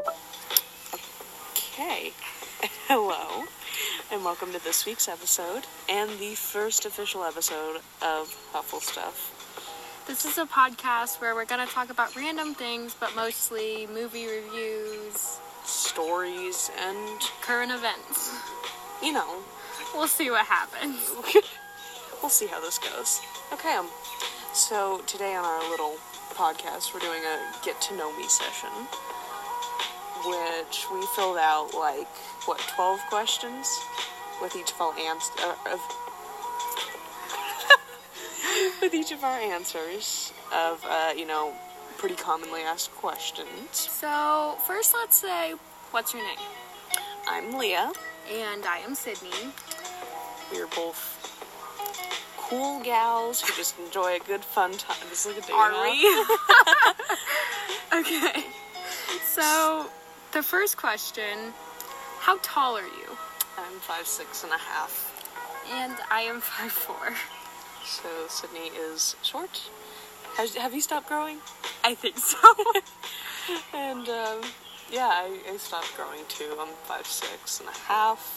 Okay. Hello, and welcome to this week's episode and the first official episode of Huffle Stuff. This is a podcast where we're going to talk about random things, but mostly movie reviews, Stories and, current events. you know, We'll see what happens. we'll see how this goes. Okay, um, so today on our little podcast, we're doing a get to know me session, which we filled out like what twelve questions with each of our ans- uh, of with each of our answers of uh, you know pretty commonly asked questions. So, first, let's say, what's your name? I'm Leah. And I am Sydney. We are both cool gals who just enjoy a good fun time. Just look at Dana. Are we? okay. So, the first question How tall are you? I'm five six and a half. And I am 5'4. So Sydney is short. Has, have you stopped growing? I think so. And um, yeah, I, I stopped growing too. I'm five six and a half.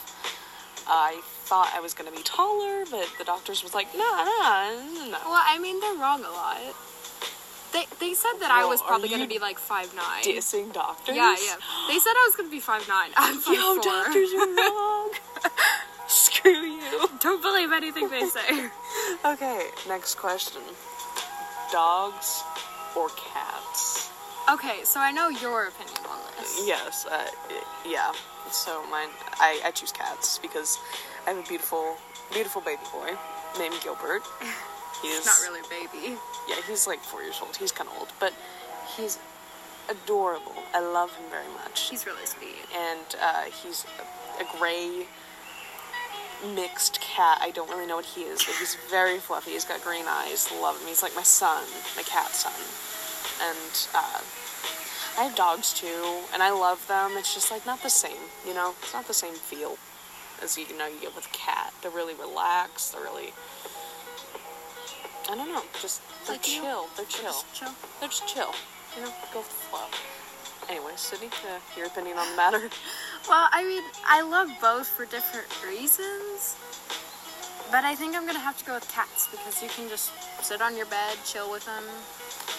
I thought I was gonna be taller, but the doctors was like, nah, nah, no, no. well, I mean, they're wrong a lot. They, they said that I Well, was are probably going you to be like 5'9. Dissing doctors. Yeah, yeah. They said I was gonna be five nine. I'm five Yo, doctors are wrong. Screw you. Don't believe anything they say. Okay, next question. Dogs or cats? okay, so I know your opinion on this. Yes, uh, y- yeah. So mine, I, I choose cats because I have a beautiful, beautiful baby boy named Gilbert. He's Not really, baby. Yeah, he's like four years old. He's kind of old, but he's adorable. I love him very much, He's really sweet. and uh, he's a, a gray mixed cat. I don't really know what he is, but he's very fluffy. He's got green eyes. Love him. He's like my son, my cat son. And uh, I have dogs too, and I love them. It's just like not the same, you know. It's not the same feel as you know you get with a cat. They're really relaxed. They're really. I don't know. Just they're Like you. chill. They're chill. Just chill. They're just chill. You know, go with the flow. Anyway, Sydney, uh, your opinion on the matter? Well, I mean, I love both for different reasons, but I think I'm gonna have to go with cats because you can just sit on your bed, chill with them.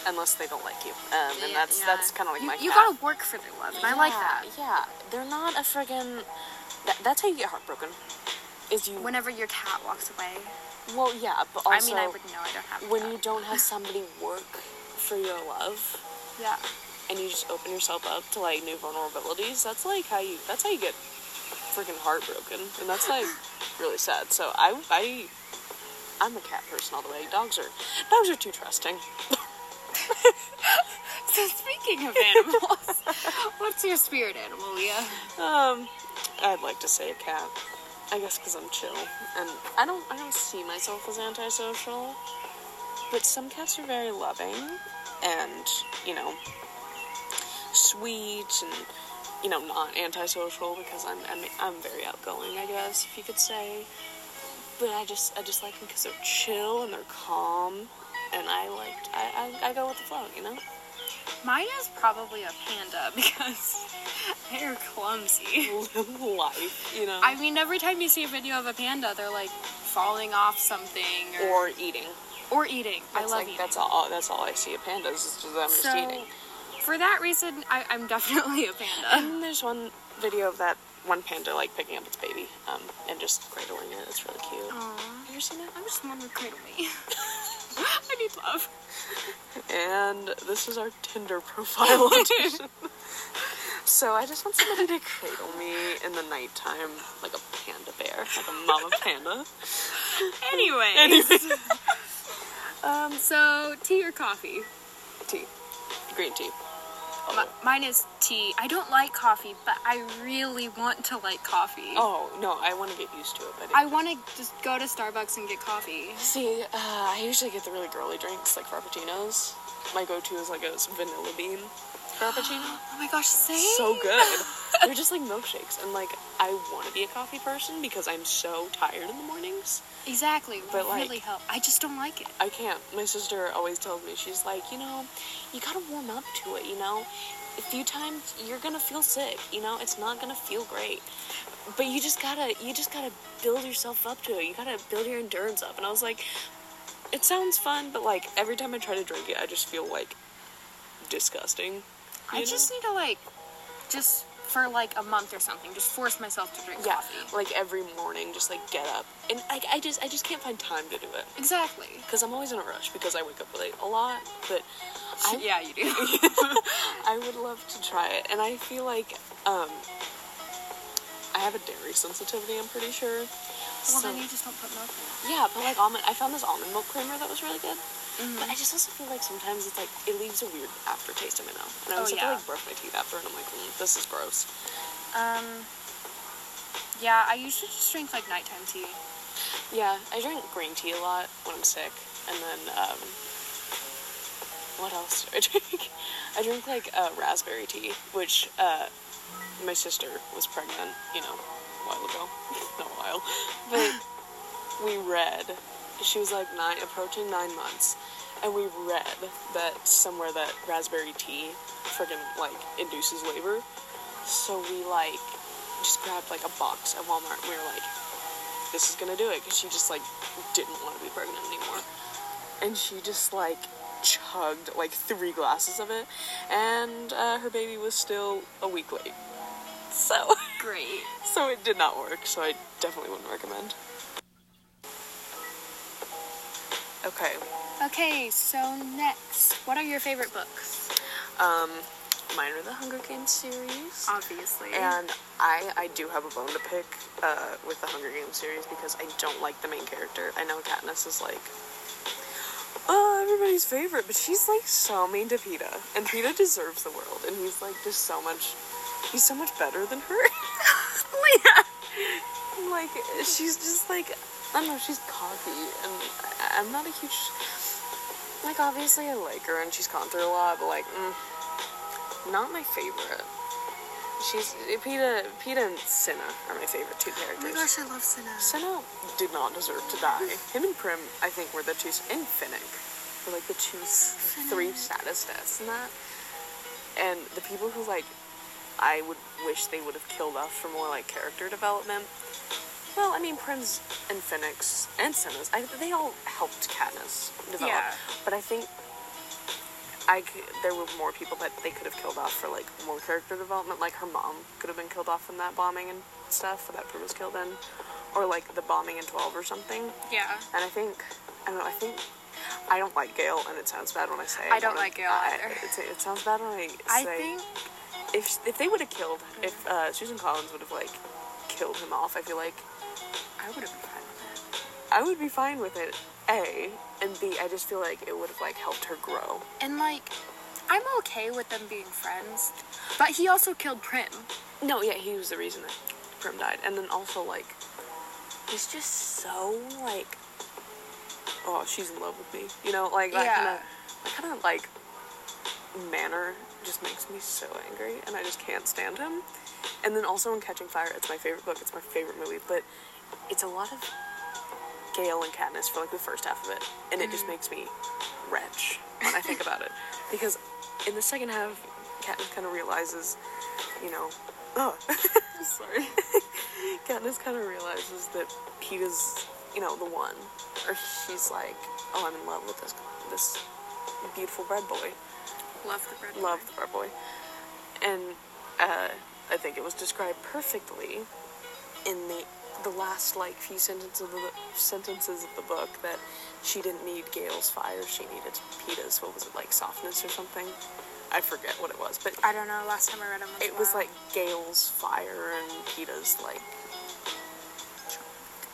unless they don't like you. Um, and that's Yeah. that's kind of like you, my. You cat. gotta work for their love, and I like Yeah, that. Yeah, they're not a friggin'. That, that's how you get heartbroken. Is you Whenever your cat walks away, well, yeah, but also I mean, I would know I don't have. a when cat. you don't have somebody work for your love yeah, and you just open yourself up to like new vulnerabilities. That's like how you. That's how you get freaking heartbroken, and that's like really sad. So I I. I'm a cat person all the way. Dogs are dogs are too trusting. So speaking of animals, what's your spirit animal, Leah? Um, I'd like to say a cat. I guess because I'm chill, and I don't I don't see myself as antisocial. But some cats are very loving, and you know, sweet, and you know, not antisocial because I'm I'm, I'm very outgoing, I guess if you could say. But I just I just like them because they're chill and they're calm, and I like I, I I go with the flow, you know. Mine is probably a panda because they're clumsy. Live life, you know, I mean, every time you see a video of a panda, they're like falling off something or or eating. or, eating. I That's love like eating. that's all. That's all I see of pandas is just them just so eating. for that reason, I, I'm definitely a panda. And there's one video of that one panda like picking up its baby, um, and just cradling it. It's really cute. Have you seen I just want to cradle me. I need love. it? And this is our Tinder profile audition. so I just want somebody to cradle me in the nighttime, like a panda bear, like a mama panda. Anyway, Um, so tea or coffee? tea, green tea. Mi- mine is tea. I don't like coffee, but I really want to like coffee. Oh no, I want to get used to it, but it- I want to just go to Starbucks and get coffee. See, uh, I usually get the really girly drinks like frappuccinos. My go-to is like a vanilla bean. The Frappuccino? Oh my gosh, same. So good. They're just like milkshakes, and like I want to be a coffee person because I'm so tired in the mornings. Exactly. But, really like- help. I just don't like it. I can't. My sister always tells me, she's like, you know, you gotta warm up to it, you know? A few times you're gonna feel sick, you know, it's not gonna feel great. But you just gotta you just gotta build yourself up to it. You gotta build your endurance up. And I was like, it sounds fun, but like every time I try to drink it I just feel like disgusting. you I know? just need to like, just for like a month or something, just force myself to drink yeah, coffee. like every morning, just like get up, and like I just, I just can't find time to do it Exactly. because I'm always in a rush because I wake up late a lot. But I, yeah, you do. I would love to try it, and I feel like um, I have a dairy sensitivity. I'm pretty sure. well, So- then you just don't put milk in. yeah, but like almond, I found this almond milk creamer that was really good. Mm-hmm. But I just also feel like sometimes it's like it leaves a weird aftertaste in my mouth, and I Oh, always yeah. have to like brush my teeth after, and I'm like, mm, this is gross. Um. Yeah, I usually just drink like nighttime tea. Yeah, I drink green tea a lot when I'm sick, and then um, what else do I drink? I drink like uh, raspberry tea, which uh, my sister was pregnant, you know, a while ago, not a while, but we read. She was like nine, approaching nine months, and we read that somewhere that raspberry tea friggin' like induces labor. So we like just grabbed like a box at Walmart. and We were like, this is gonna do it because she just like didn't want to be pregnant anymore and she just like chugged like three glasses of it and uh, her baby was still a week late so Great. so it did not work so i definitely wouldn't recommend okay Okay, so next, what are your favorite books? um mine are the hunger games series Obviously. and I, I do have a bone to pick uh, with the Hunger Games series because I don't like the main character. I know Katniss is like, oh, everybody's favorite, but she's like so mean to Peta, and Peta deserves the world, and he's like just so much, he's so much better than her. Leah. And, like she's just like, I don't know, she's cocky, and I- I'm not a huge, like obviously I like her and she's gone through a lot, but like, mm, not my favorite. She's Peta, Peta and Cinna are my favorite two Oh my characters. gosh, I love Cinna. Senna did not deserve to die. Him and Prim, I think, were the two, and Finnick, were like the two, s- three saddest deaths in that. And the people who, like, I would wish they would have killed off for more, like, character development. Well, I mean, Prim's and Finnick's and Senna's, I, they all helped Katniss develop. Yeah. But I think I c- there were more people that they could have killed off for, like, more character development. Like, her mom could have been killed off in that bombing and stuff that Prim was killed in. Or, like, the bombing in 12 or something. Yeah. And I think, I don't know, I think, I don't like Gail, and it sounds bad when I say it. I don't but like Gale I- either. It, it sounds bad when I say I think if if they would have killed if uh, Susan Collins would have like killed him off, I feel like I would have been fine with it. I would be fine with it. A and B, I just feel like it would have like helped her grow. and like I'm okay with them being friends, but he also killed Prim. No, yeah, he was the reason that Prim died, and then also like he's just so like oh she's in love with me, you know, like that Yeah. kind of that kind of like manner just makes me so angry, and I just can't stand him. And then also in Catching Fire, it's my favorite book, it's my favorite movie, but it's a lot of Gale and Katniss for like the first half of it, and it just makes me wretch when I think about it. Because in the second half, Katniss kind of realizes, you know, oh, sorry. Katniss kind of realizes that Peeta's, you know, the one, or she's like, oh, I'm in love with this this beautiful bread boy Love the bread. love the Bar Boy. And uh, I think it was described perfectly in the the last like few sentences of the sentences of the book that she didn't need Gale's fire, she needed Peta's what was it like softness or something? I forget what it was, but I don't know. Last time I read them, it was like Gale's fire and Peta's like ch-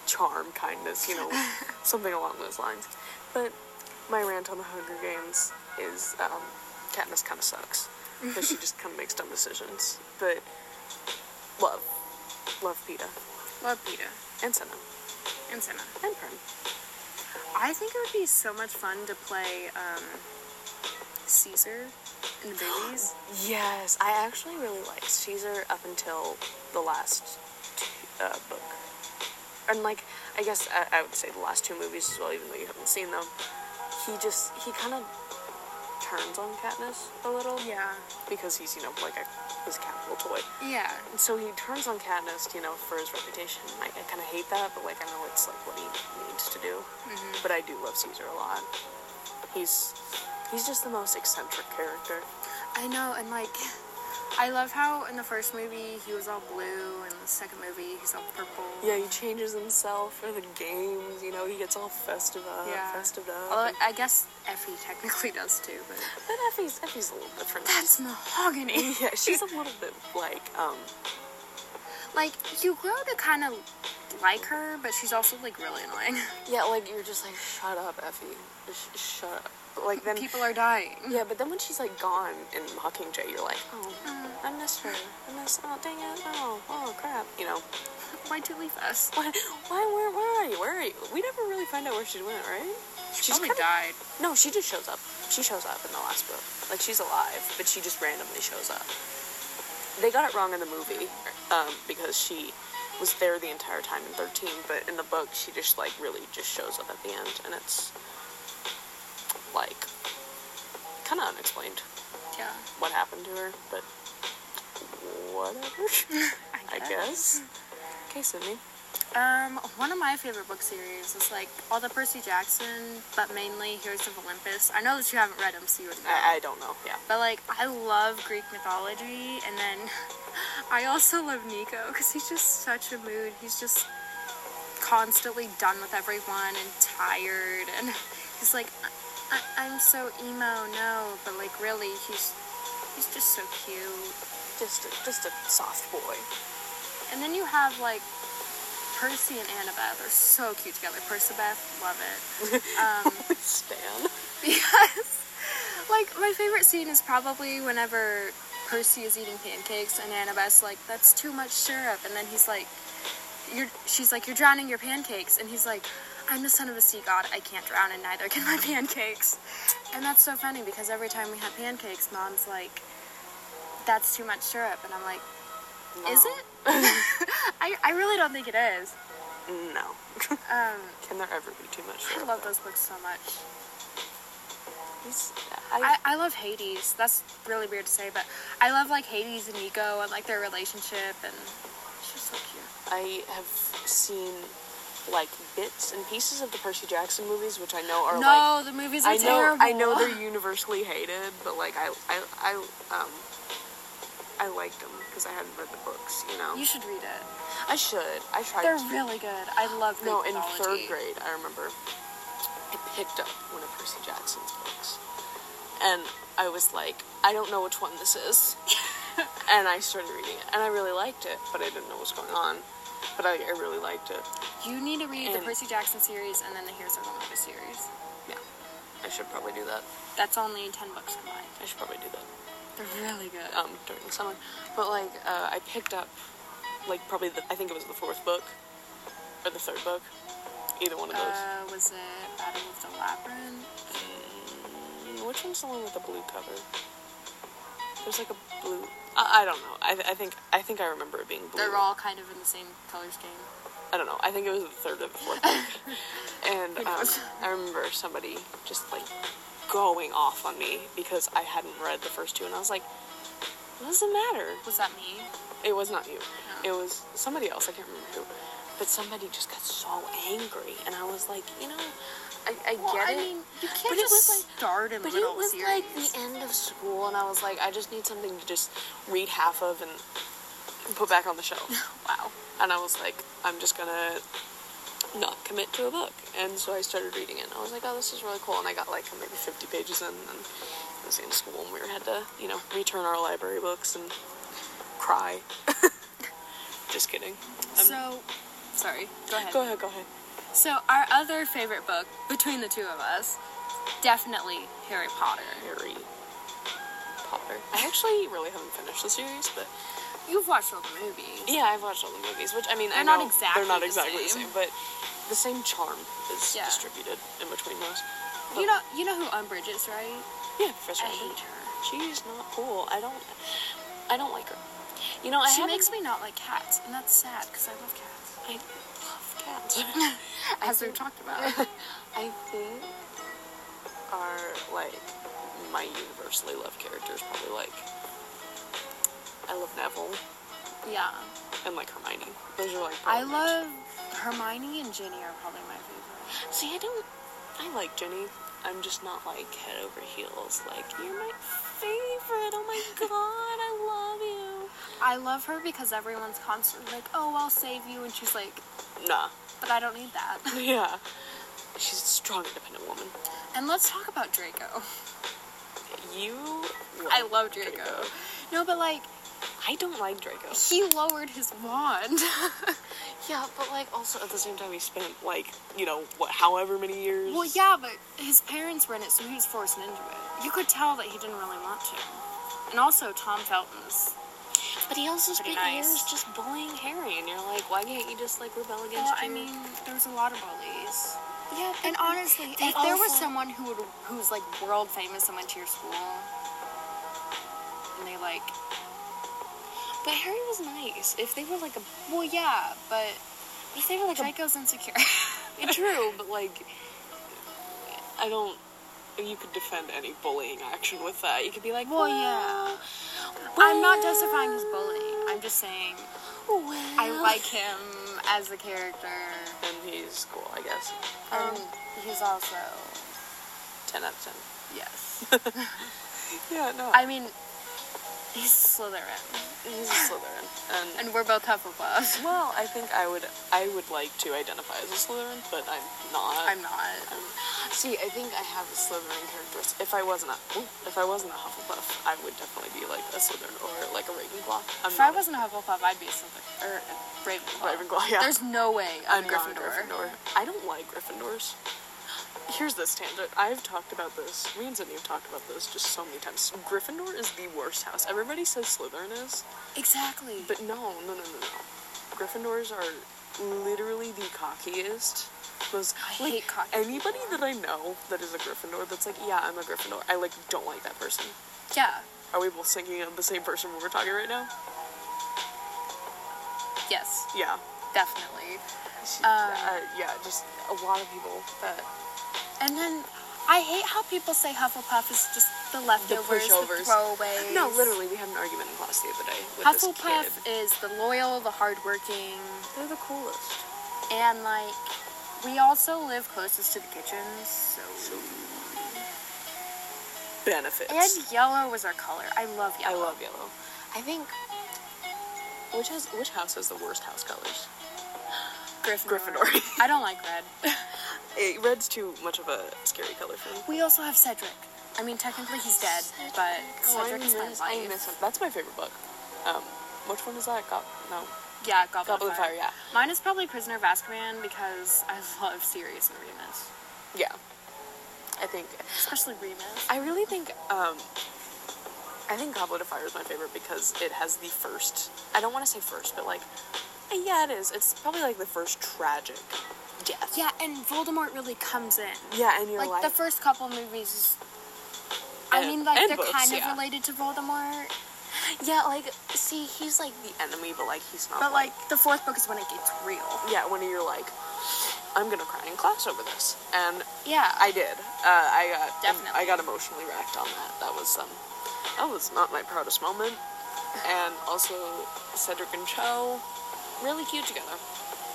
charm, kindness, you know, something along those lines. But my rant on the Hunger Games is um, Katniss kind of sucks because she just kind of makes dumb decisions. But love, love Peta love Peter and Senna and Cinna. and Prim. I think it would be so much fun to play um, Caesar and the babies. Yes, I actually really liked Caesar up until the last uh, book. And, like, I guess I, I would say the last two movies as well, even though you haven't seen them. He just, he kind of turns on Katniss a little. yeah. Because he's, you know, like a, his capital toy. Yeah. And so he turns on Katniss, you know, for his reputation. I, I kind of hate that, but, like, I know it's, like, what he needs to do. But I do love Caesar a lot. He's, he's just the most eccentric character. I know, and like, I love how in the first movie he was all blue, and the second movie he's all purple. Yeah, he changes himself for the games. You know, he gets all festive up, festive up. Although I guess Effie technically does too, but but Effie's Effie's a little different. that's mahogany. yeah, she's a little bit like um. like you grow to kind of like her, but she's also like really annoying. Yeah, like you're just like shut up, Effie, Sh- shut up. But, like then. People are dying. yeah, but then when she's like gone in Mockingjay, you're like, oh, I miss her. I miss. Oh, dang it. Oh, oh, crap. You know, Why'd you leave us? why, why, where, where are you? Where are you? We never really find out where she went, right? She's kinda- died. No, she just shows up. She shows up in the last book. Like she's alive, but she just randomly shows up. They got it wrong in the movie um, because she was there the entire time in 13, but in the book she just like really just shows up at the end, and it's like kind of unexplained Yeah. what happened to her, but whatever. I guess. Okay, Sydney. Um, one of my favorite book series is like all the Percy Jackson, but mainly Heroes of Olympus. I know that you haven't read them, so you wouldn't know. I, I don't know. Yeah. But like, I love Greek mythology, and then I also love Nico because he's just such a mood. He's just constantly done with everyone and tired, and he's like, I- I- I'm so emo, no, but like really, he's he's just so cute. Just a, just a soft boy. And then you have like Percy and Annabeth are so cute together. Percibeth, love it. Um, Stan. Yes. Like my favorite scene is probably whenever Percy is eating pancakes and Annabeth's like, "That's too much syrup," and then he's like, "You're," she's like, "You're drowning your pancakes," and he's like, "I'm the son of a sea god. I can't drown, and neither can my pancakes." And that's so funny because every time we have pancakes, Mom's like, "That's too much syrup," and I'm like, "Is No. it?" I I really don't think it is. No. Um, Can there ever be too much? I syrup, love though? those books so much. He's- I, I, I love Hades. That's really weird to say, but I love like Hades and Nico and like their relationship and it's just so cute. I have seen like bits and pieces of the Percy Jackson movies, which I know are no, the movies like are I know terrible. I know they're universally hated, but like I I, I um I liked them because I hadn't read the books, you know. You should read it. I should. I tried. They're to. really good. I love Greek no in mythology. third grade. I remember I picked up one of Percy Jackson's books, and I was like, I don't know which one this is. and I started reading it, and I really liked it, but I didn't know what was going on. But I, I really liked it. You need to read the And- Percy Jackson series and then the Heroes of Olympus series. Yeah, I should probably do that. That's only ten books combined. I should probably do that They're really good. um, during the summer. But like, uh, I picked up like probably the, I think it was the fourth book or the third book, either one of those. uh, was it Battle of the Labyrinth? Mm, Which one's the one with the blue cover? There's like a blue. I, I don't know. I, th- I think I think I remember it being blue. They're all kind of in the same color scheme. I don't know. I think it was the third or the fourth book. and um, knows? I remember somebody just like going off on me because I hadn't read the first two, and I was like, "What does it matter?" Was that me? It was not you. No. It was somebody else. I can't remember who. But somebody just got so angry, and I was like, you know, I, I Well, get I it. mean, you can't but it just was like- start in but middle it was series. like the end of school, and I was like, I just need something to just read half of and put back on the shelf. Wow. and I was like, I'm just gonna not commit to a book. And so I started reading it, and I was like, oh, this is really cool. And I got like maybe 50 pages in, and it was in school, and we had to, you know, return our library books and cry. just kidding. Um, So, sorry. Go ahead. go ahead, go ahead. So, our other favorite book between the two of us, definitely Harry Potter. Harry Potter. I actually really haven't finished the series, but You've watched all the movies. Yeah, I've watched all the movies, which I mean, I They're know not exactly they're not the exactly the same. same, but the same charm is Yeah. distributed in between those. You know, you know who Umbridge is, right? Yeah, Professor I Umbridge. hate her. she's not cool. I don't, I don't like her. You know, I she haven't- makes me not like cats, and that's sad because I love cats, I love cats. as we've talked about. I think are like my universally loved characters probably like I love Neville yeah, and like Hermione. Those are like I probably my love Hermione and Ginny are probably my favorite. two- See, I don't. I like Jenny. I'm just not like head over heels. Like you're my favorite. Oh my god, I love I love her because everyone's constantly like, "Oh, I'll save you," and she's like, you. Nah. "But I don't need that." Yeah. She's a strong, independent woman. and let's talk about Draco. You. I love Draco. No, but like I don't like Draco. he lowered his wand. Yeah, but like also at the same time, he spent like you know what, however many years. well, yeah, but his parents were in it, so he was forced into it. You could tell that he didn't really want to. And also, Tom Felton's. but he also spent Pretty nice. years just bullying Harry, and you're like, why can't you just like rebel against? Well, I your- mean, there was a lot of bullies. yeah, And but- honestly, They if there was also- someone who would, who's like world famous and went to your school, and they like, but Harry was nice. If they were like a, well, yeah, but if they were like Draco's insecure. a, true, but like, I don't. You could defend any bullying action with that. You could be like, Well, yeah. I'm not justifying his bullying. I'm just saying Well, I like him as a character. and he's cool, I guess. Um, he's also Ten out of ten. yes. Yeah, no. I mean, he's Slytherin, he's a Slytherin, and and we're both Hufflepuffs. Well, I think I would I would like to identify as a Slytherin, but I'm not. I'm not. See, I think I have the Slytherin characteristic. If I wasn't a ooh, if I wasn't a Hufflepuff, I would definitely be like a Slytherin or like a Ravenclaw. I'm If I not a- wasn't a Hufflepuff, I'd be a Slytherin or a Ravenclaw. Ravenclaw, yeah. There's no way I'm, I'm not a Gryffindor. Gryffindor. I don't like Gryffindors. Here's this tangent. I've talked about this. Me and Sydney have talked about this just so many times. Gryffindor is the worst house. Everybody says Slytherin is, Exactly. but no, no, no, no, no. Gryffindors are literally the cockiest. Most, I like, hate cocky Anybody people. that I know that is a Gryffindor that's like, yeah, I'm a Gryffindor. I like don't like that person. yeah. Are we both thinking of the same person when we're talking right now? Yes. Yeah. Definitely. She- Um, uh, yeah, just a lot of people that And then I hate how people say Hufflepuff is just the leftovers, the, pushovers. throwaways. No, literally, we had an argument in class the other day with this Hufflepuff kid. is the loyal, the hardworking, They're the coolest. and like we also live closest to the kitchens. So. Benefits. And yellow was our color. I love I yellow. love yellow. I think which has which house has the worst house colors? Gryffindor. Gryffindor. I don't like red. Eh, red's too much of a scary color for me. We also have Cedric. I mean, technically he's dead, but Oh, I Cedric is my miss- I miss life. him. That's my favorite book. Um, which one is that? Got no. Yeah, Goblet, Goblet of of Fire. Fire, yeah. Mine is probably Prisoner of Azkaban because I love Sirius and Remus, Yeah. I think. especially Remus. I really think. Um, I think Goblet of Fire is my favorite because it has the first. I don't want to say first, but like, eh, yeah, it is. It's probably like the first tragic death. Yeah, and Voldemort really comes in. Yeah, and you're like, like, the first couple movies. Is, I And- mean, like and they're books, kind of yeah. related to Voldemort, yeah, like see, he's like the enemy, but like he's not. but like the fourth book is when it gets real. yeah, when you're like, I'm gonna cry in class over this, and Yeah, I did. Uh, I got Definitely. I got emotionally wrecked on that. That was um, that was not my proudest moment. And also Cedric and Cho, really cute together.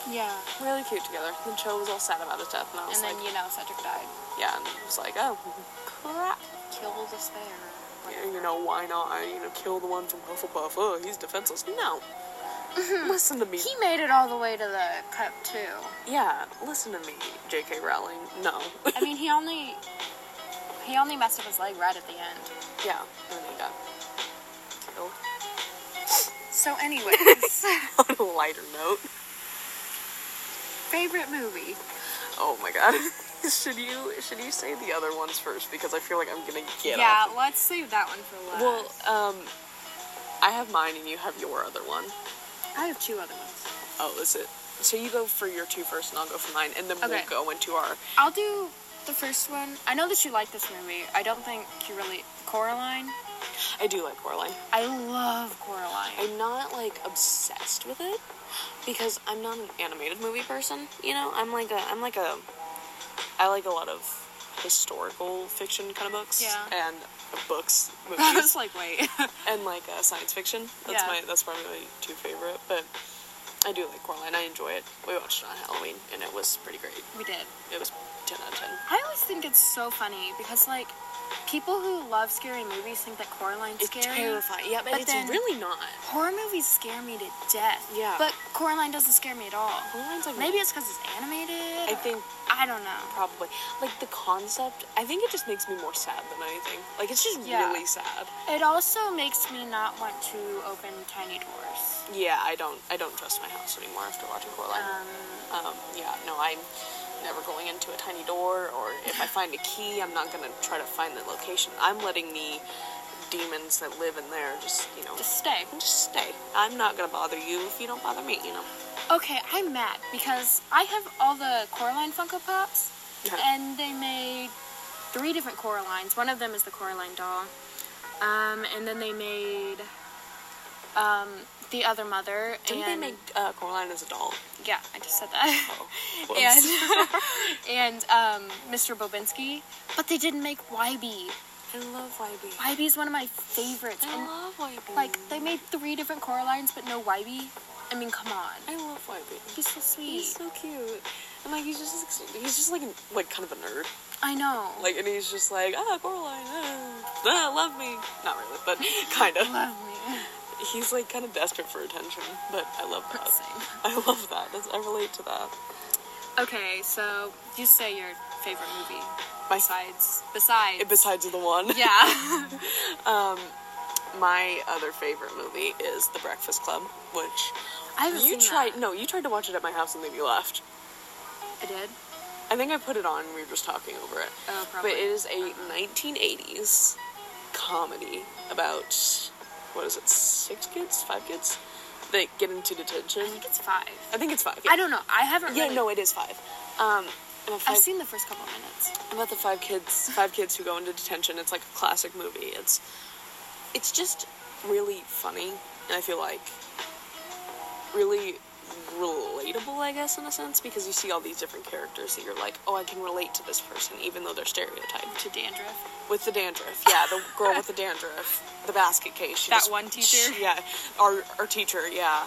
yeah. Really cute together. And Cho was all sad about his death, and I was And then like, you know Cedric died. yeah, and I was like, oh, crap. Kill the spare. Yeah, You know why not? I, you know, kill the one from Hufflepuff. Oh, he's defenseless. No. Listen to me. He made it all the way to the cup too. Yeah, listen to me, J.K. Rowling. No. I mean, he only he only messed up his leg right at the end. yeah, and then he got killed. So, anyways, On a lighter note. favorite movie. Oh my god. should you should you say the other ones first because I feel like I'm gonna get yeah, off. let's save that one for last. Well, um, I have mine and you have your other one. I have two other ones. Oh, is it? So you go for your two first and I'll go for mine, and then Okay. we'll go into our I'll do the first one? I know that you like this movie. I don't think you really Coraline. I do like Coraline. I love Coraline. I'm not like obsessed with it because I'm not an animated movie person. You know, I'm like a I'm like a I like a lot of historical fiction kind of books Yeah. and books I was movies like, wait. and like uh, science fiction. That's Yeah. my that's probably my two favorite. But I do like Coraline. I enjoy it. We watched it on Halloween and it was pretty great. we did. It was ten out of ten. I always think it's so funny because like people who love scary movies think that Coraline's It's scary. terrifying. Yeah, but, But it's then- really not. Horror movies scare me to death. Yeah. But Coraline doesn't scare me at all. Coraline's like Maybe it's because it's animated. I or- think I don't know. probably like the concept. I think it just makes me more sad than anything. Like it's just Yeah. really sad. It also makes me not want to open tiny doors. Yeah, I don't I don't trust my house anymore after watching Coraline. Um, Uh-huh. yeah, no, I'm never going into a tiny door, or if I find a key, I'm not gonna try to find the location. I'm letting the demons that live in there just you know just, Just stay. just stay. I'm not gonna bother you if you don't bother me. You know. Okay, I'm mad because I have all the Coraline Funko Pops, Yeah. and they made three different Coralines. One of them is the Coraline doll, um, and then they made um, the other mother. Didn't and, they make Oh. uh, Coraline as a doll? Yeah, I just said that. Whoops. and and um, Mr. Bobinski, but they didn't make YB. I love YB. YB is one of my favorites. I And, love YB. like they made three different Coralines, but no YB. I mean, come on. I love YB. He's so sweet. He's so cute, and like he's just he's just like like kind of a nerd. I know. Like, and he's just like, ah, Coraline, ah, ah, love me. Not really, but kind of. love me. He's like kind of desperate for attention, but I love that. Same. I love that. That's, I relate to that. Okay, so you say your favorite movie My besides besides Besides the one, yeah. my other favorite movie is The Breakfast Club, which I haven't you seen tried. that. No, you tried to watch it at my house and then you left. I did. I think I put it on. and We were just talking over it. Oh, probably. But it is a 1980s comedy about what is it? Six kids, five kids that get into detention. I think it's five. I think it's five. I don't know. I haven't. Yeah, really- no, it is five. Um, and a I've five- seen the first couple minutes. about the five kids, five kids who go into detention. It's like a classic movie. It's, it's just really funny, and I feel like really relatable, I guess, in a sense, because you see all these different characters that you're like, oh, I can relate to this person, even though they're stereotyped. To dandruff. With the dandruff, yeah, the girl with the dandruff, the basket case. she That just- one teacher? she- yeah, our our teacher, yeah.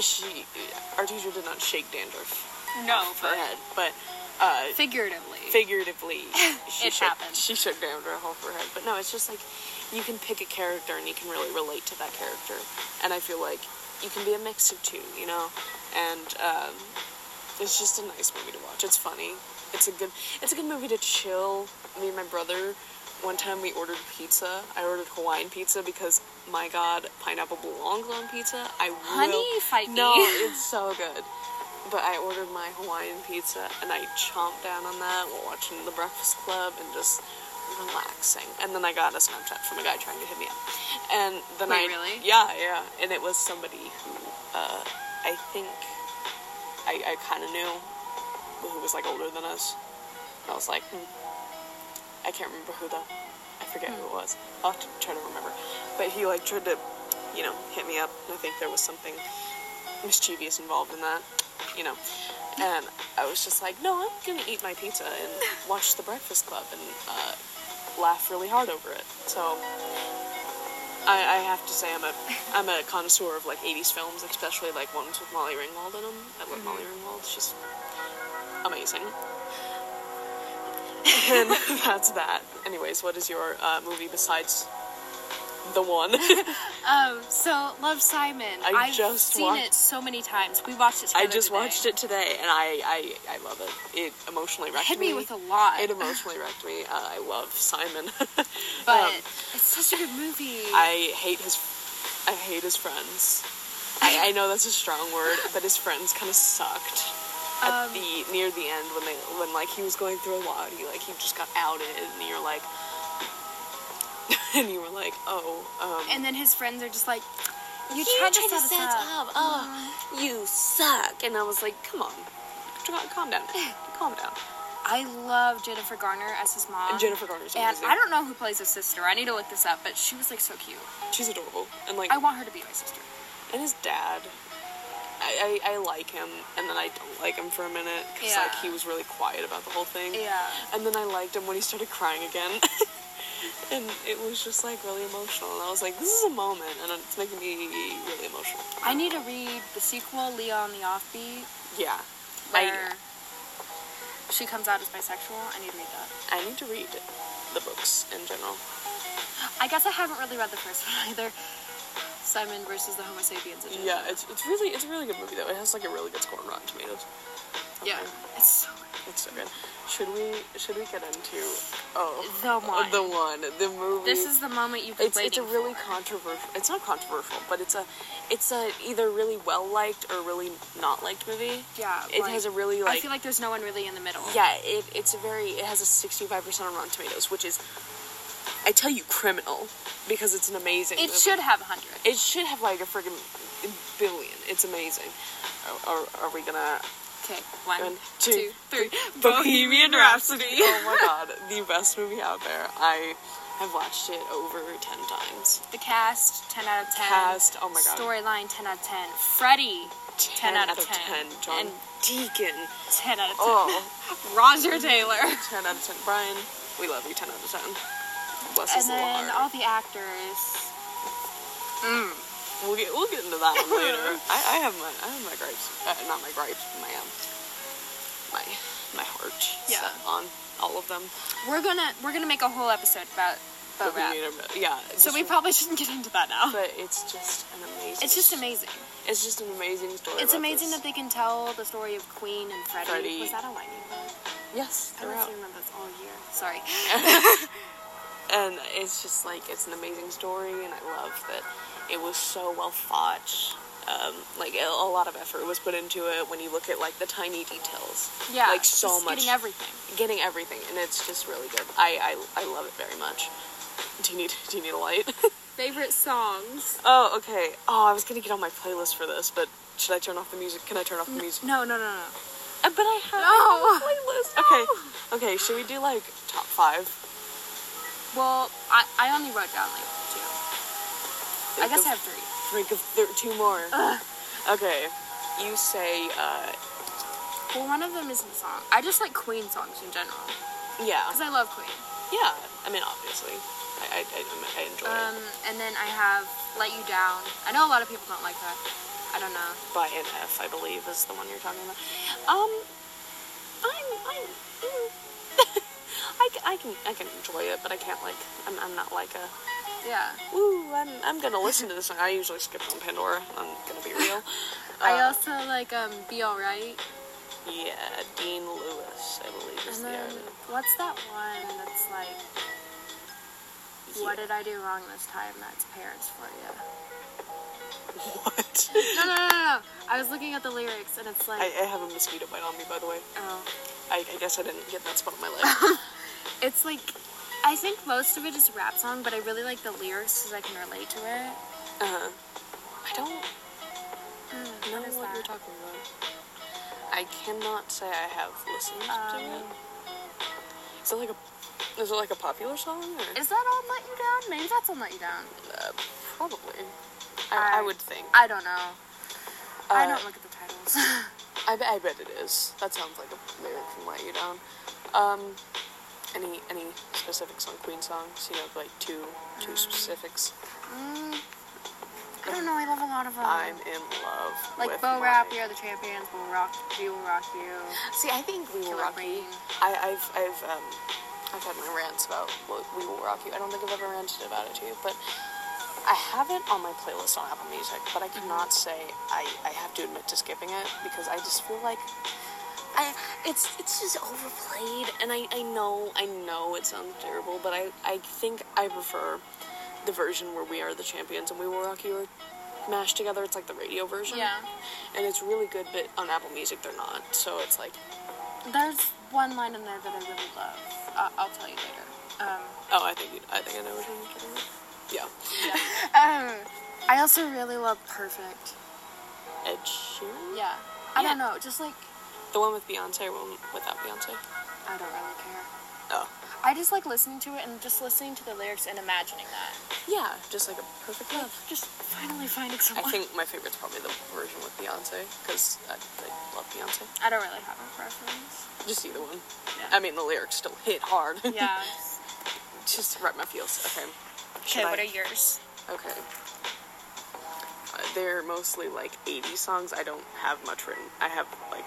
she, our teacher did not shake dandruff No, off her head, but. Uh, figuratively. figuratively she It shook, happened. she shook down her whole forehead but no it's just like you can pick a character and you can really relate to that character and i feel like you can be a mix of two you know and um, it's just a nice movie to watch it's funny it's a good it's a good movie to chill me and my brother one time we ordered pizza i ordered hawaiian pizza because my god pineapple belongs on pizza i Honey, will fight me. no it's so good but I ordered my Hawaiian pizza and I chomped down on that while watching The Breakfast Club and just relaxing. And then I got a Snapchat from a guy trying to hit me up. And then I Wait, really? yeah yeah, and it was somebody who uh, I think I, I kind of knew who was like older than us. And I was like, hmm. I can't remember who though. I forget who it Hmm. was. I'll have to try to remember. But he like tried to, you know, hit me up. And I think there was something mischievous involved in that, you know. And I was just like, no, I'm gonna eat my pizza and watch The Breakfast Club and uh, laugh really hard over it. So I, I have to say I'm a I'm a connoisseur of like 80s films, especially like ones with Molly Ringwald in them. I love Molly Ringwald. She's amazing. and that's that. Anyways, what is your uh, movie besides the one? Um, so Love Simon. I have just seen watched- it so many times. We watched it. I together just today. watched it today, and I, I, I love it. It emotionally wrecked Hit me with a lot. It emotionally wrecked me. Uh, I love Simon, But Um, it's such a good movie. I hate his, I hate his friends. I, I know that's a strong word, but his friends kind of sucked at Um, the near the end when they when like he was going through a lot. He like he just got outed, and you're like, and you were like, oh, um, and then his friends are just like, you, tried, to set, us up. Uh-huh. Oh, you suck. And I was like, come on. Calm down. Calm down. I love Jennifer Garner as his mom. And Jennifer Garner's And amazing. I don't know who plays his sister. I need to look this up, but she was like so cute. She's adorable. And like, I want her to be my sister. and his dad, I, I, I like him, and then I don't like him for a minute because Yeah. like he was really quiet about the whole thing. Yeah. And then I liked him when he started crying again. And it was just like really emotional, and I was like, "This is a moment," and it's making me really emotional. I need to read the sequel, Leon the Offbeat, Yeah, where I she comes out as bisexual. I need to read that. I need to read the books in general. I guess I haven't really read the first one either. Simon versus the Homo sapiens. agenda. Yeah, it's, it's really it's a really good movie though. It has like a really good score on Rotten Tomatoes. Yeah. It's so It's so good. Should we should we get into oh The one. the one the movie? This is the moment you've been it's it's a waiting really for. controversial. It's not controversial, but it's a it's a either really well liked or really not liked movie. Yeah. it has a really like I feel like there's no one really in the middle. yeah. It, it's a very it has a sixty five percent on Rotten Tomatoes, which is I tell you criminal because it's an amazing. It movie. should have 100. It should have like a friggin' billion. It's amazing. Are, are, are we gonna? Okay, one, One, two, two, three. Bohemian Rhapsody. oh my god, the best movie out there. I have watched it over ten times. The cast, 10 out of 10. Cast, oh my god. Storyline, 10 out of 10. Freddy, 10, out of 10. John And Deacon. 10 out of 10. Oh, Roger Taylor. 10 out of ten. Brian, we love you. Ten out of ten. Bless his and little then heart. all the actors. We'll get we'll get into that one later. I, I have my I have my gripes. Uh, not my gripes. My um my my heart. Yeah. set on all of them. We're gonna we're gonna make a whole episode about boat But we rap. need a- yeah. So just- we probably shouldn't get into that now. But it's just an amazing. It's just amazing. It's just an amazing story. It's about amazing this. that they can tell the story of Queen and Freddie. Freddie. Was that a lightning round? yes, I they're don't out. know if you remember this all year. Sorry. and it's just like it's an amazing story, and I love that it was so well thought. Um, like a, a lot of effort was put into it when you look at like the tiny details. Yeah. like so just much Getting everything. getting everything, and it's just really good. I, I I love it very much. Do you need Do you need a light? Favorite songs? oh, okay. Oh, I was gonna get on my playlist for this, but should I turn off the music? Can I turn off the music? No, no, no, no. Mm. Uh, But I have No. a playlist. Okay, okay. Should we do like top five? Well, I, I only wrote down like two. I Think guess of- I have three. Drink of thir- two more. Okay, you say uh, Well, one of them isn't a song. I just like Queen songs in general yeah, because I love Queen. yeah. I mean, obviously, I I, I, I enjoy Um, it. and then I have Let You Down. I know a lot of people don't like that. I don't know. By NF, I believe, is the one you're talking about. Um, I'm I'm. mm. I, ca- I can I can enjoy it, but I can't like I'm, I'm not like a Yeah. ooh I'm, I'm gonna listen to this. I usually skip on Pandora. I'm gonna be real. I Uh, also like um Be Alright. Yeah, Dean Lewis, I believe is And the then artist. what's that one that's like What did I do wrong this time? That's parents for you. What? No, no, no, no, no. I was looking at the lyrics and it's like I, I have a mosquito bite on me, by the way. oh. I, I guess I didn't get that spot on my leg. It's like, I think most of it is rap song, but I really like the lyrics because I can relate to it. uh, I don't Hmm, know what is what that? you're talking about. I cannot say I have listened to Um, it. Is it like a is it like a popular song? Or? Is that on Let You Down? Maybe that's on Let You Down. Uh, probably. I, I, I- would think. I don't know. I Uh, don't look at the titles. I, be- I bet it is. That sounds like a lyric from Let You Down. Um, any any specifics on Queen songs? You know, like two two Um, specifics. mm, I don't know. I love a lot of them. I'm in love. like with Bo my- Rap, We Are the Champions. We'll rock. We will rock you. See, I think We Will Killer Rock You. Queen. I, I've I've um, I've had my rants about well, We Will Rock You. I don't think I've ever ranted about it to you, but I have it on my playlist on Apple Music. But I cannot say I, I have to admit to skipping it because I just feel like I it's it's just overplayed, and I, I know I know it sounds terrible, but I I think I prefer the version where We Are the Champions and We Will Rock You are mashed together. It's like the radio version, Yeah. and it's really good. But on Apple Music, they're not, so it's like. There's one line in there that I really love. I- I'll tell you later. Um, Oh, I think you, I think I know which one you're talking about. Yeah, yeah. um, I also really love Perfect. Ed Sheeran. Yeah. I Yeah. don't know. Just like The one with Beyonce, or one without Beyonce. I don't really care. Oh. I just like listening to it and just listening to the lyrics and imagining that. Yeah, just like a perfect love. Just finally finding I someone. think my favorite's probably the version with Beyonce because I, I love Beyonce. I don't really have a preference. Just either one. Yeah. I mean, the lyrics still hit hard. Yeah. just right in my feels. Okay. Should okay, what I- are yours? Okay. Uh, They're mostly like 80 songs. I don't have much written. I have like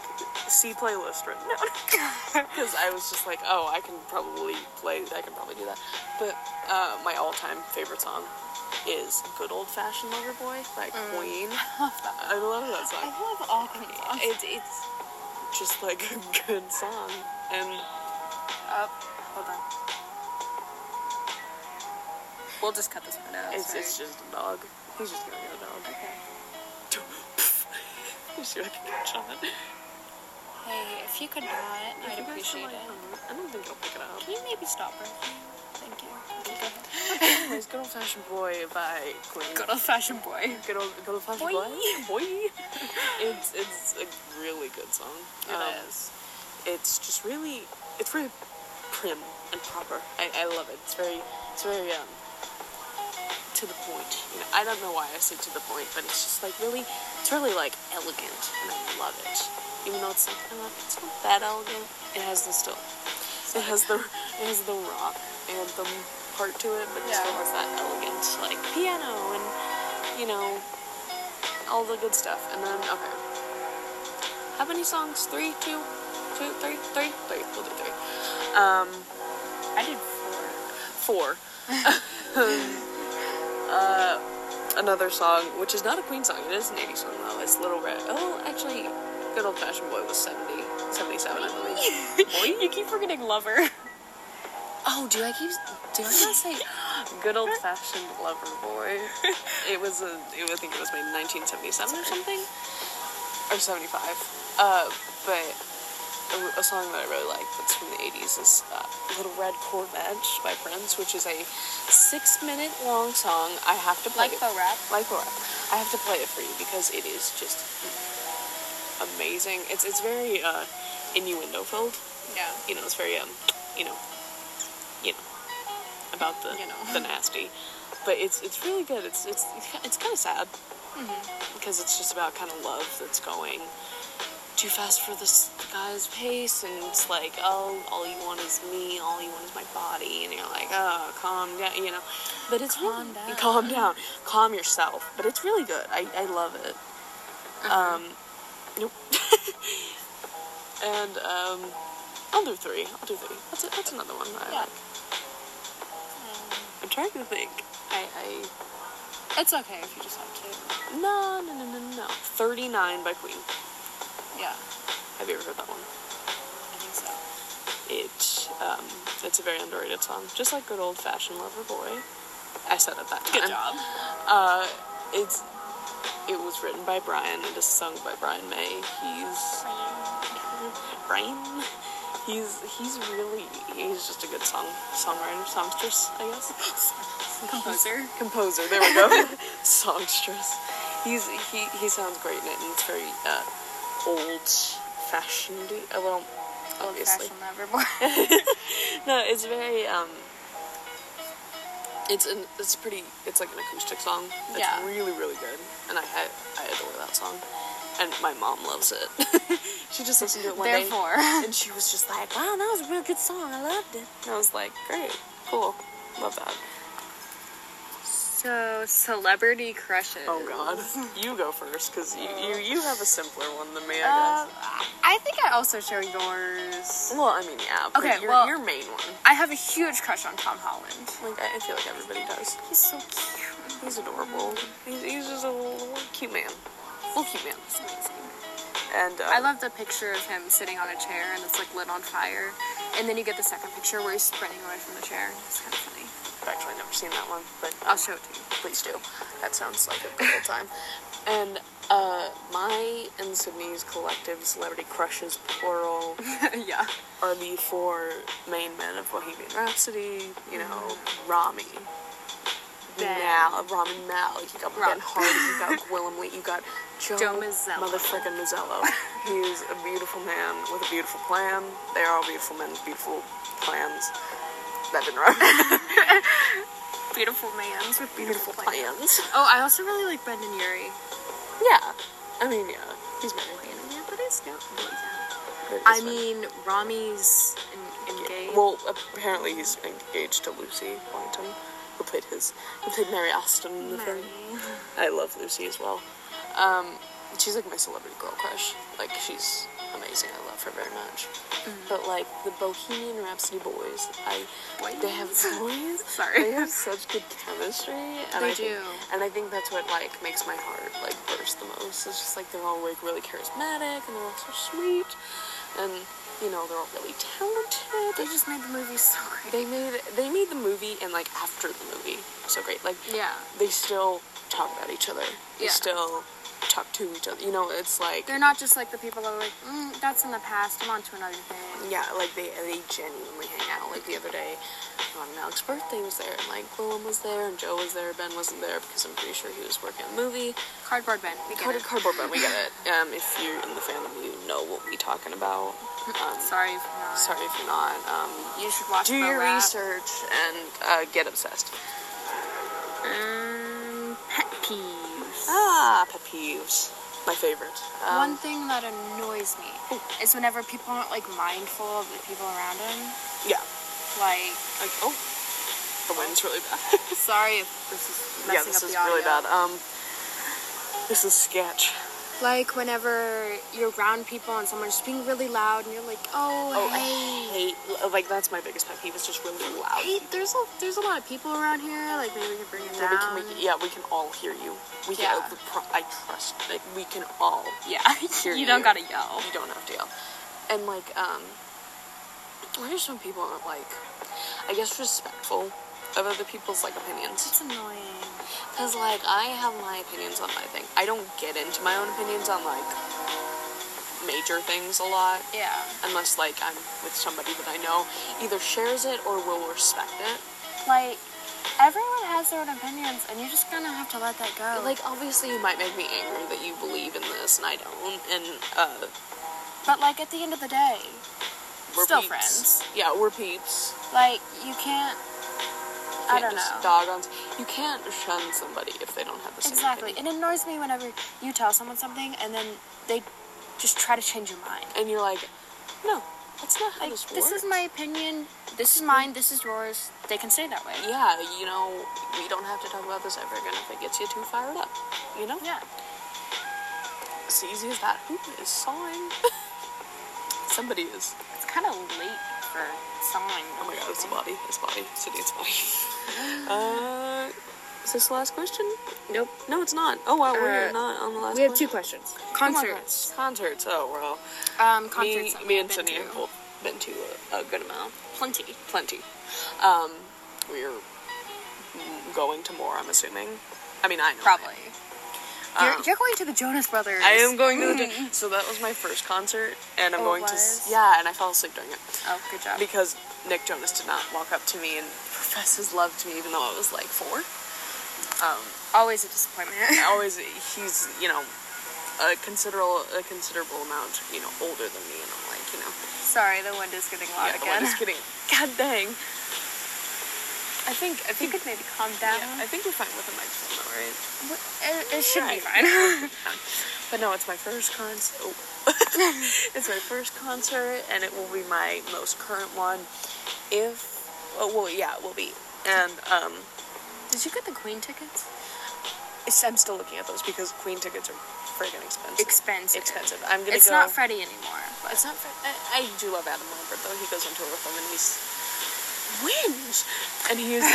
C playlist written down because I was just like, oh, I can probably play. I can probably do that. But uh, my all-time favorite song is "Good Old Fashioned Lover Boy" by Mm. Queen. I love that I song. love all Queen. It, it's just like a good song, and Up. Hold on. We'll just cut this one out. it's, sorry. it's just a dog. He's just gonna get a dog. Okay. He's like, John. Hey, if you could not, I'd You guys should, appreciate like, it. I don't think I'll pick it up. Can you maybe stop her? Thank you. Anyways, good old fashioned boy by Queen. Good old fashioned boy. Good old, good old fashioned Boy. boy. Boy. It's it's a really good song. It Um, is. It's just really it's really prim and proper. I, I love it. It's very it's very um to the point. You know, I don't know why I say to the point, but it's just like really it's really like elegant and I love it. Even though it's like uh, it's not that elegant, it has the still It has the it has the rock and the part to it, but it still Yeah. has that elegant like piano and you know all the good stuff. And then okay, how many songs? Three, two, two, three, three, three. We'll do three, I did four. four. uh, another song, which is not a Queen song. It is an 80s song though. It's Little Red. Oh, actually, Good Old Fashioned Boy was 70, 77, I believe. Boy, you keep forgetting lover. Oh, do I keep? Do I not say good old fashioned lover boy? It was a. It, was- I think it was made in 1977 or something, or 75. Uh, but a, a song that I really like that's from the 80s is uh, "Little Red Corvette" by Prince, which is a six-minute long song. I have to play Like it. Bo Rap? Like Bo Rap. I have to play it for you because it is just amazing. It's it's very uh, innuendo filled Yeah. you know, it's very um, you know, you know, about the You know. the nasty. But it's it's really good. It's it's it's kind of sad because it's just about kind of love that's going too fast for this guy's pace, and it's like, oh, all you want is me, all you want is my body, and you're like, oh, calm down, you know. But it's Calm really- down. calm down, calm yourself. But it's really good. I I love it. Uh-huh. Um, Nope. and um, I'll do three. I'll do three. That's, a, that's another one that I Yeah. like. I'm trying to think. I, I It's okay if you just have no no no no no. Thirty nine by Queen. to. Yeah. Have you ever heard that one? I think so. It um, it's a very underrated song. Just like good old fashioned lover boy. I said it that time. Good job. Uh, it's it was written by Brian and is sung by Brian May. He's Brian. He's he's really he's just a good song songwriter songstress I guess Composer. composer there we go songstress he's he he sounds great in it and it's very uh, old fashioned well Old obviously fashioned lover boy. no it's very um it's an it's pretty it's like an acoustic song it's Yeah. really really good and I, I I adore that song and my mom loves it she just listened to it one day Therefore. and she was just like, wow, that was a real good song. I loved it. And I was like, great, cool, love that. So celebrity crushes. Oh God, you go first because you, you you have a simpler one than me, I Uh, guess. I think I also share yours. well, I mean, yeah. But okay, your, well- your main one. I have a huge crush on Tom Holland. Like I I feel like everybody does. He's so cute. He's adorable. He's, he's just a little, little cute man, little cute man. He's amazing. And uh, I love the picture of him sitting on a chair and it's like lit on fire. And then you get the second picture where he's sprinting away from the chair. It's kind of funny. I've actually never seen that one, but uh, I'll show it to you. please do. That sounds like a good old time. And uh, my and Sydney's collective celebrity crushes plural. yeah. are the four main men of Bohemian Rhapsody, you know, Rami, Dang. Mal, Ramen Mal. You got Ra- Ben Hardy. You got Gwillem Lee. You got Joe, Joe Mazzello. motherfucking Mazzello. He's a beautiful man with a beautiful plan. They are all beautiful men, with beautiful plans. That didn't rhyme. Beautiful mans with beautiful beautiful, plans. plans. Oh, I also really like Brendan Yuri. Yeah. I mean, yeah. He's married. Yeah, but it's no. They're I just men. mean, Rami's en- engaged. Well, apparently he's engaged to Lucy Boynton, who played his, who played Mary Austin in the Mary. film. I love Lucy as well. Um, she's like my celebrity girl crush. Like she's amazing. I love her very much. Mm. But like the Bohemian Rhapsody boys, I they have boys. Sorry. they have such good chemistry. And They I think- do. and I think that's what like makes my heart like burst the most. It's just like they're all like really charismatic and they're all so sweet, and you know they're all really talented. They just made the movie so great. They made they made the movie and like after the movie so great. Like Yeah. they still talk about each other. They Yeah. still talk to each other. You know, it's like They're not just like the people that are like, mm, that's in the past. I'm on to another thing. yeah, like they they genuinely hang out. Like the other day, um, on Alex's birthday was there, and like Willem was there, and Joe was there. Ben wasn't there because I'm pretty sure he was working on the movie. Cardboard bin. We get Card- it. cardboard, but we get it. Um, if you're in the fandom, you know what we talking about. Um, Sorry if not. sorry if you're not. Um, You should watch do your Borat. research and uh, get obsessed. Um, pet peeves. Ah, pet peeves. My favorite. Um, One thing that annoys me is whenever people aren't like mindful of the people around them. Yeah. Like, Like, oh, the wind's really bad. sorry if this is messing yeah, this up is the audio. really bad. Um, this is sketch. Like whenever you're around people and someone's just being really loud and you're like, oh, Oh, I hey. hate. Like, that's my biggest pet peeve. It's just really loud. Hey, there's a there's a lot of people around here. Like maybe we can bring it Yeah, we down. can, we can- yeah, we can all hear you. We can. Yeah. the pro- I trust. Like, we can all. yeah, hear you don't gotta yell. You don't have to yell. And like, um, why are some people aren't like, I guess respectful of other people's like opinions? It's annoying. Cause like I have my opinions on my thing. I don't get into my own opinions on like major things a lot. Yeah. Unless like I'm with somebody that I know either shares it or will respect it. Like everyone has their own opinions, and you're just gonna have to let that go. Like obviously you might make me angry that you believe in this and I don't and uh but like at the end of the day, we're Still peeps. friends. Yeah, we're peeps. like you can't. You I can't don't just know. dog on you can't shun somebody if they don't have the same Exactly. opinion. It annoys me whenever you tell someone something and then they just try to change your mind. And you're like, No, that's not how Like, this works. this is my opinion. This is mine. This is yours. They can stay that way. yeah, you know, we don't have to talk about this ever again if it gets you too fired up. You know? Yeah. It's easy as that. Who is sawing? Somebody is. It's kind of late for someone. Oh my god, it's a body. It's a body. Sydney, it's a body. uh, is this the last question? Nope. No, it's not. Oh wow, we're Uh, not on the last. We have two question. questions. Come on, Concerts. guys. Concerts. Oh well. Um, concerts. Me, me and Sydney have both been to a, a good amount. Plenty. Plenty. Um, we're going to more. I'm assuming. I mean, I know. I am. Probably. you're, you're going to the Jonas Brothers. Uh, I am going to the So that was my first concert, and I'm Oh, it going to. s- was? Yeah, and I fell asleep during it Oh, good job. because Nick Jonas did not walk up to me and profess his love to me, even though I was like four. Um, Always a disappointment. I always he's you know a considerable a considerable amount you know older than me, and I'm like you know Sorry, the wind is getting loud yeah, the again. one is kidding. God dang. I think I You think could maybe calm down. yeah, I think we're fine with a microphone, though, right? it, it should be Right. fine. But no, it's my first concert. Oh. it's my first concert, and it will be my most current one. If, oh, well, yeah, it will be. And um, Did you get the Queen tickets? it's- I'm still looking at those because Queen tickets are friggin' expensive. Expensive. Expensive. I'm gonna It's go. not Freddie anymore. But It's not. Fr- I, I do love Adam Lambert though. He goes on tour with them, and he's whinge, and he's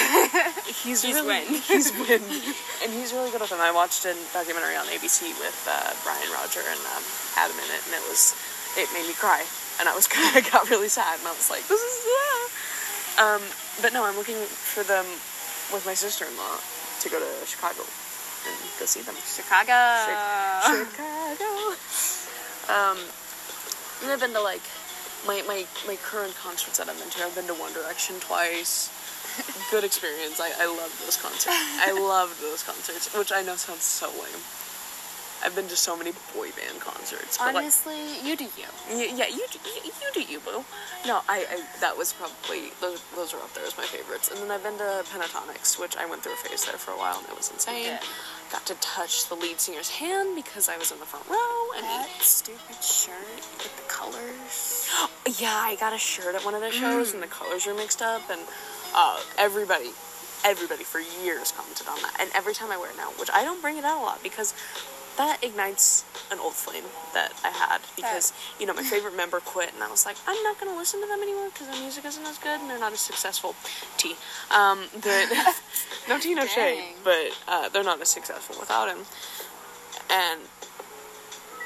he's, He's really whinge. he's whinge, and he's really good with them. I watched a documentary on ABC with uh, Brian Roger and um, Adam in it, and it was it made me cry, and I was I got really sad, and I was like, this is ah. um, but no, I'm looking for them with my sister-in-law to go to Chicago and go see them. Chicago. Chicago. Um, and I've been to like my, my, my current concerts that I've been to, I've been to One Direction twice. Good experience. I, I loved those concerts. I loved those concerts, which I know sounds so lame. I've been to so many boy band concerts. But like, Honestly, you do you. Y- yeah, you do, you, you do you, boo. No, I, I that was probably those those are up there as my favorites. And then I've been to Pentatonics, which I went through a phase there for a while, and it was insane. Yeah. Got to touch the lead singer's hand because I was in the front row, and That stupid shirt with the colors. he, yeah, I got a shirt at one of their shows, and the colors were mixed up, and uh, everybody. Everybody for years commented on that, and every time I wear it now, which I don't bring it out a lot because that ignites an old flame that I had because you know, my favorite member quit, and I was like, I'm not going to listen to them anymore because their music isn't as good and they're not as successful. T. Um, but no tea, no shade, Dang. but uh, they're not as successful without him. And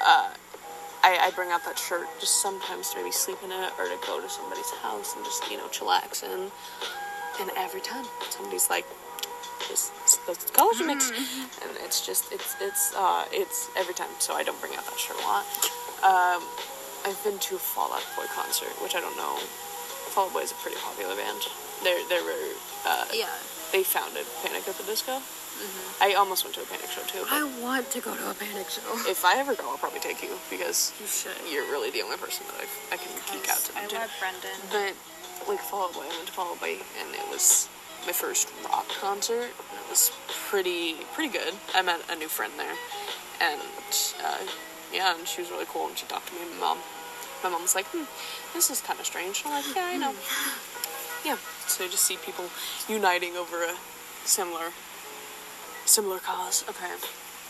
uh, I, I bring out that shirt just sometimes to maybe sleep in it or to go to somebody's house and just, you know, chillax. And, and every time somebody's like, is those colors you mix, and it's just it's it's uh it's every time. So I don't bring out that shirt a lot. Um, I've been to a Fallout Boy concert, which I don't know. Fallout Boy is a pretty popular band. They're they're very, uh, Yeah. they founded Panic at the Disco. Mm-hmm. I almost went to a Panic show too. But I want to go to a panic show. if I ever go, I'll probably take you because You should. you're really the only person that I, I can geek out to. I too. love Brendan. But like Fall Out Boy, I went to Fall Out Boy, and it was my first rock concert. And it was pretty pretty good. I met a new friend there, and uh, yeah, and she was really cool. And she talked to me and my mom. My mom was like, "Hmm, this is kind of strange." And I'm like, "Yeah, I know." Yeah, so just see people uniting over a similar similar cause. Okay,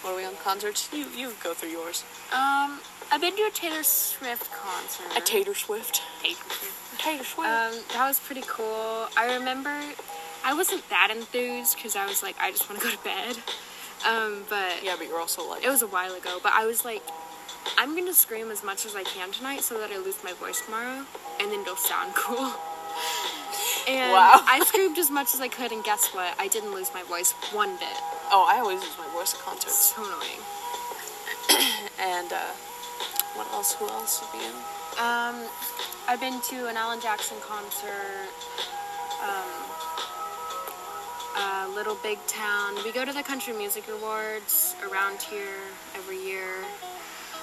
what are we on concerts? You you go through yours. Um, I've been to a Taylor Swift concert. A Taylor Swift. Uh, Taylor Swift. Taylor Swift. Um, that was pretty cool. I remember I wasn't that enthused because I was like, I just want to go to bed. Um, but yeah, but you're also like it was a while ago. But I was like, I'm gonna scream as much as I can tonight so that I lose my voice tomorrow, and then it'll sound cool. And Wow. I screamed as much as I could, and guess what? I didn't lose my voice one bit. Oh, I always use my voice at concerts. So annoying. And uh, what else? Who else would be in? Um, I've been to an Alan Jackson concert. Um, uh, Little Big Town. We go to the Country Music Awards around here every year.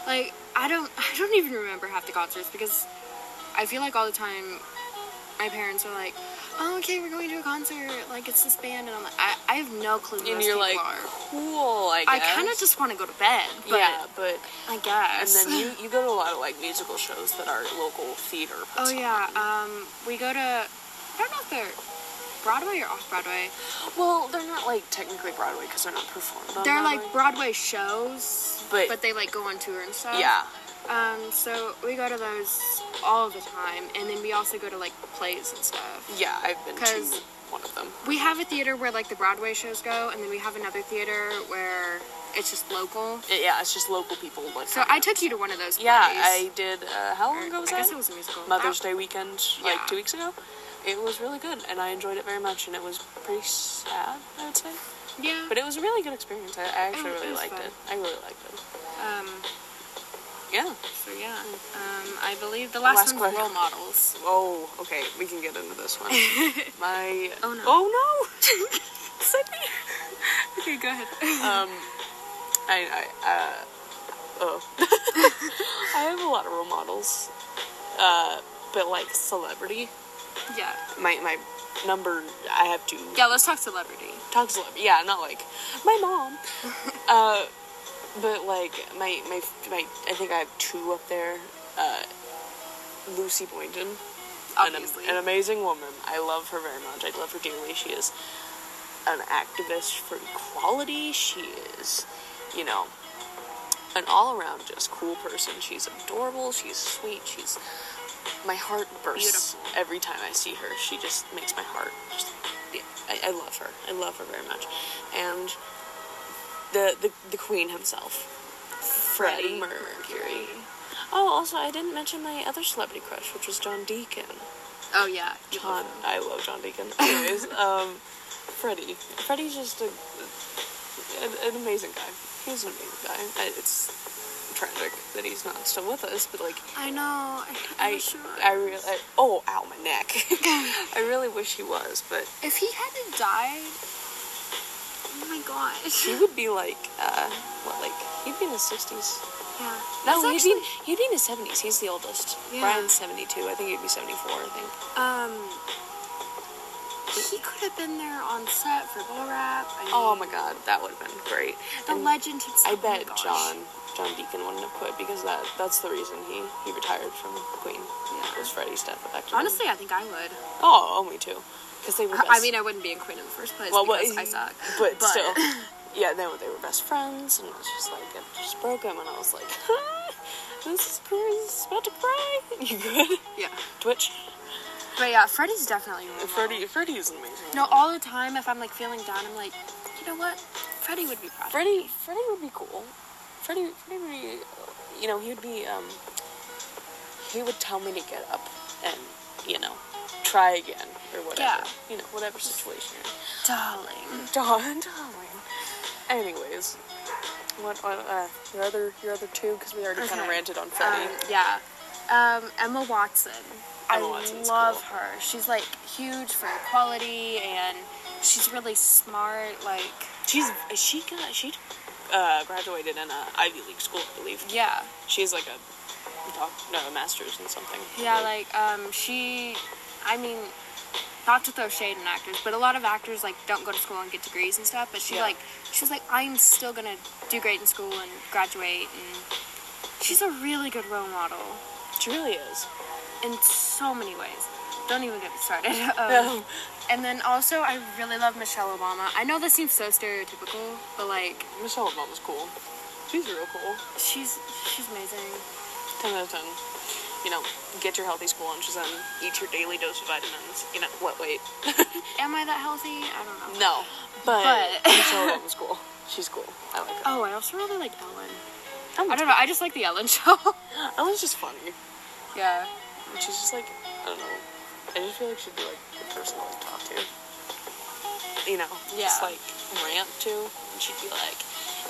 Like I don't, I don't even remember half the concerts because I feel like all the time my parents are like, "Oh, okay, we're going to a concert. Like it's this band," and I'm like, "I, I have no clue." Who And those you're people like, are. cool. I I guess. kind of just want to go to bed. But yeah, but I and guess. then you you go to a lot of like musical shows that our local theater. Puts Oh yeah, um, we go to. I don't know if they're Broadway or off Broadway. on. Well, they're not like technically Broadway because they're not performed. On They're Broadway. like Broadway shows, But- they like go on tour and stuff. yeah. Um, so we go to those all the time, and then we also go to like plays and stuff. Yeah, I've been to 'Cause- one of them. We have a theater where like the Broadway shows go, and then we have another theater where it's just local. It- yeah, it's just local people like. So I took you to one of those. Yeah, I plays. did. Uh, how long ago was I that? guess it was a musical. Mother's That- Day weekend, like Yeah. two weeks ago. It was really good, and I enjoyed it very much, and it was pretty sad, I would say. Yeah. But it was a really good experience. I, I actually It- it really was liked fun. Oh, it. I really liked it. um. Yeah. So yeah. Um. I believe the last, Last one's question. role models. Oh, okay. We can get into this one. My. Oh, no. Oh no. Sydney. Okay, go ahead. Um. I. I. Uh, oh. I have a lot of role models. Uh, but like celebrity, yeah. my my number. I have two. Yeah, let's talk celebrity. Talk celebrity. Yeah, not like my mom. uh, but like my my my. I think I have two up there. Uh, Lucy Boynton. an, Obviously. an amazing woman. I love her very much. I love her dearly. She is an activist for equality. She is, you know, an all around just cool person. She's adorable. She's sweet. She's. My heart bursts Beautiful. every time I see her. She just makes my heart. Just, yeah, I, I love her. I love her very much. And the the, the queen himself, Freddie Freddie Mercury. Oh, also, I didn't mention my other celebrity crush, which was John Deacon. oh yeah. John, I love John Deacon. Anyways, um, Freddie. Freddie's just a, an, an amazing guy. He's an amazing guy. I- It's tragic that he's not still with us, but like I know. I, I, I really, oh, ow, my neck. I really wish he was, but if he hadn't died, oh my gosh. he would be like, uh, what, like he'd be in his sixties. Yeah. No, That's he'd be he'd be in his seventies. He's the oldest. Yeah. Brian's seventy-two. I think he'd be seventy-four. I think. Um, he could have been there on set for bull rap. I mean, Oh my God, that would have been great. the And legend. I Had, oh my bet gosh. John John Deacon wouldn't have quit because that that's the reason he he retired from Queen. Yeah. was Freddie's death affected him. Honestly, I think I would. Oh, oh, me too. Because they were. Best. I mean, I wouldn't be in Queen in the first place what- because I suck. But, still, yeah, they were they were best friends, and it was just like it just broke him, and I was like, this is Chris about to cry. You good? yeah. Twitch. But yeah, Freddy's definitely one. of them. Freddie, Freddie is amazing. No, all the time if I'm like feeling down, I'm like, you know what? Freddie would be proud. Freddie, Freddie would be cool. Freddie, Freddie would be, you know, he would be, um, he would tell me to get up and, you know, try again or whatever. Yeah. You know, whatever situation you're in. darling. Darling, darling. Anyways, what uh, uh, your other your other two? Because we already kind of Okay. ranted on Um, Freddie. yeah. Um, Emma Watson. Emma I Watson's love cool. her. She's like huge for equality and she's really smart. Like, She's she got she uh, graduated in a Ivy League school, I believe. yeah. She's like a doc, no, a master's in something. Yeah, like, um, she, I mean, not to throw shade on actors, but a lot of actors, like, don't go to school and get degrees and stuff. But she, Yeah. like, she's like, I'm still gonna do great in school and graduate. And she's a really good role model she really is. in so many ways. Don't even get me started. Um, No. And then also, I really love Michelle Obama. I know this seems so stereotypical, but like, Michelle Obama's cool. She's real cool. she's she's amazing. Ten out of ten. You know, get your healthy school lunches in. Eat your daily dose of vitamins. You know, what weight? Am I that healthy? I don't know. No, but, But- Michelle Obama's cool. She's cool. I like her. Oh, I also really like Ellen. Ellen's I don't know. I just like the Ellen show. Uh, Ellen's just funny. yeah. And she's just like, I don't know. I just feel like she'd be like the person to like talk to. You know, Yeah. just like rant to, and she'd be like,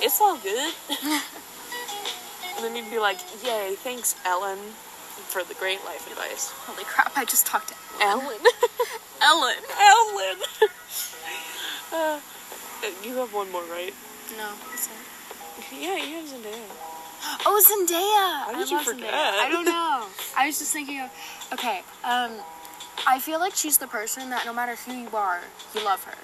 "It's all good." and then you'd be like, "Yay, thanks, Ellen, for the great life advice." Holy crap! I just talked to Ellen, Ellen, Ellen. uh, you have one more, right? Ellen. No. it's not. Yeah, you have Zendaya. Oh, Zendaya. How I did you love forget? Zendaya. I don't know. I was just thinking of. Okay. Um, I feel like she's the person that no matter who you are, you love her.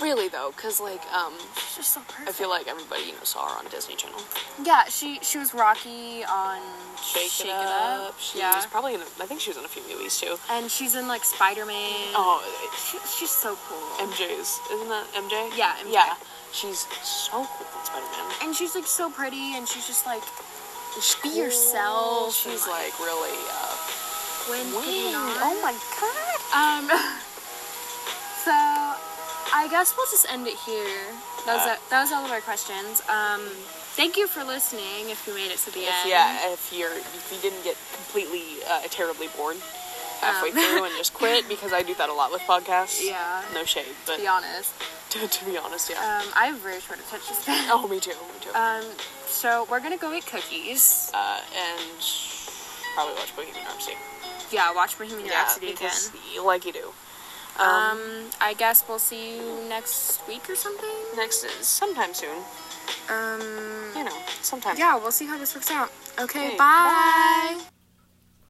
Really though, because like, um, She's just so perfect. I feel like everybody you know saw her on Disney Channel. Yeah, she she was Rocky on Shake, it, up. She yeah, was probably in. A, I think she was in a few movies too. and she's in like Spider Man. Oh, she, she's so cool. MJ's isn't that MJ? Yeah, MJ. yeah. She's so cool in Spider Man. And she's like so pretty, and she's just like be yourself. She's and, like really. Uh, when could you wing. not? Oh my god. Um. so, I guess we'll just end it here. That was, Uh, that was all of our questions. Um, thank you for listening. If you made it to the If, end, yeah, if you're if you didn't get completely uh, terribly bored halfway Um. through and just quit because I do that a lot with podcasts. Yeah. No shade, but Be honest. to, to be honest, yeah. Um, I have very short attention span. oh, me too. Me too. Um, so we're gonna go eat cookies. uh, and probably watch Bohemian Rhapsody. Yeah, watch Bohemian Rhapsody again. because you- like you do. Um, I guess we'll see you next week or something. Um, Next is sometime soon. Um, hmm. You know, sometime. yeah, we'll see how this works out. Okay, Okay, bye.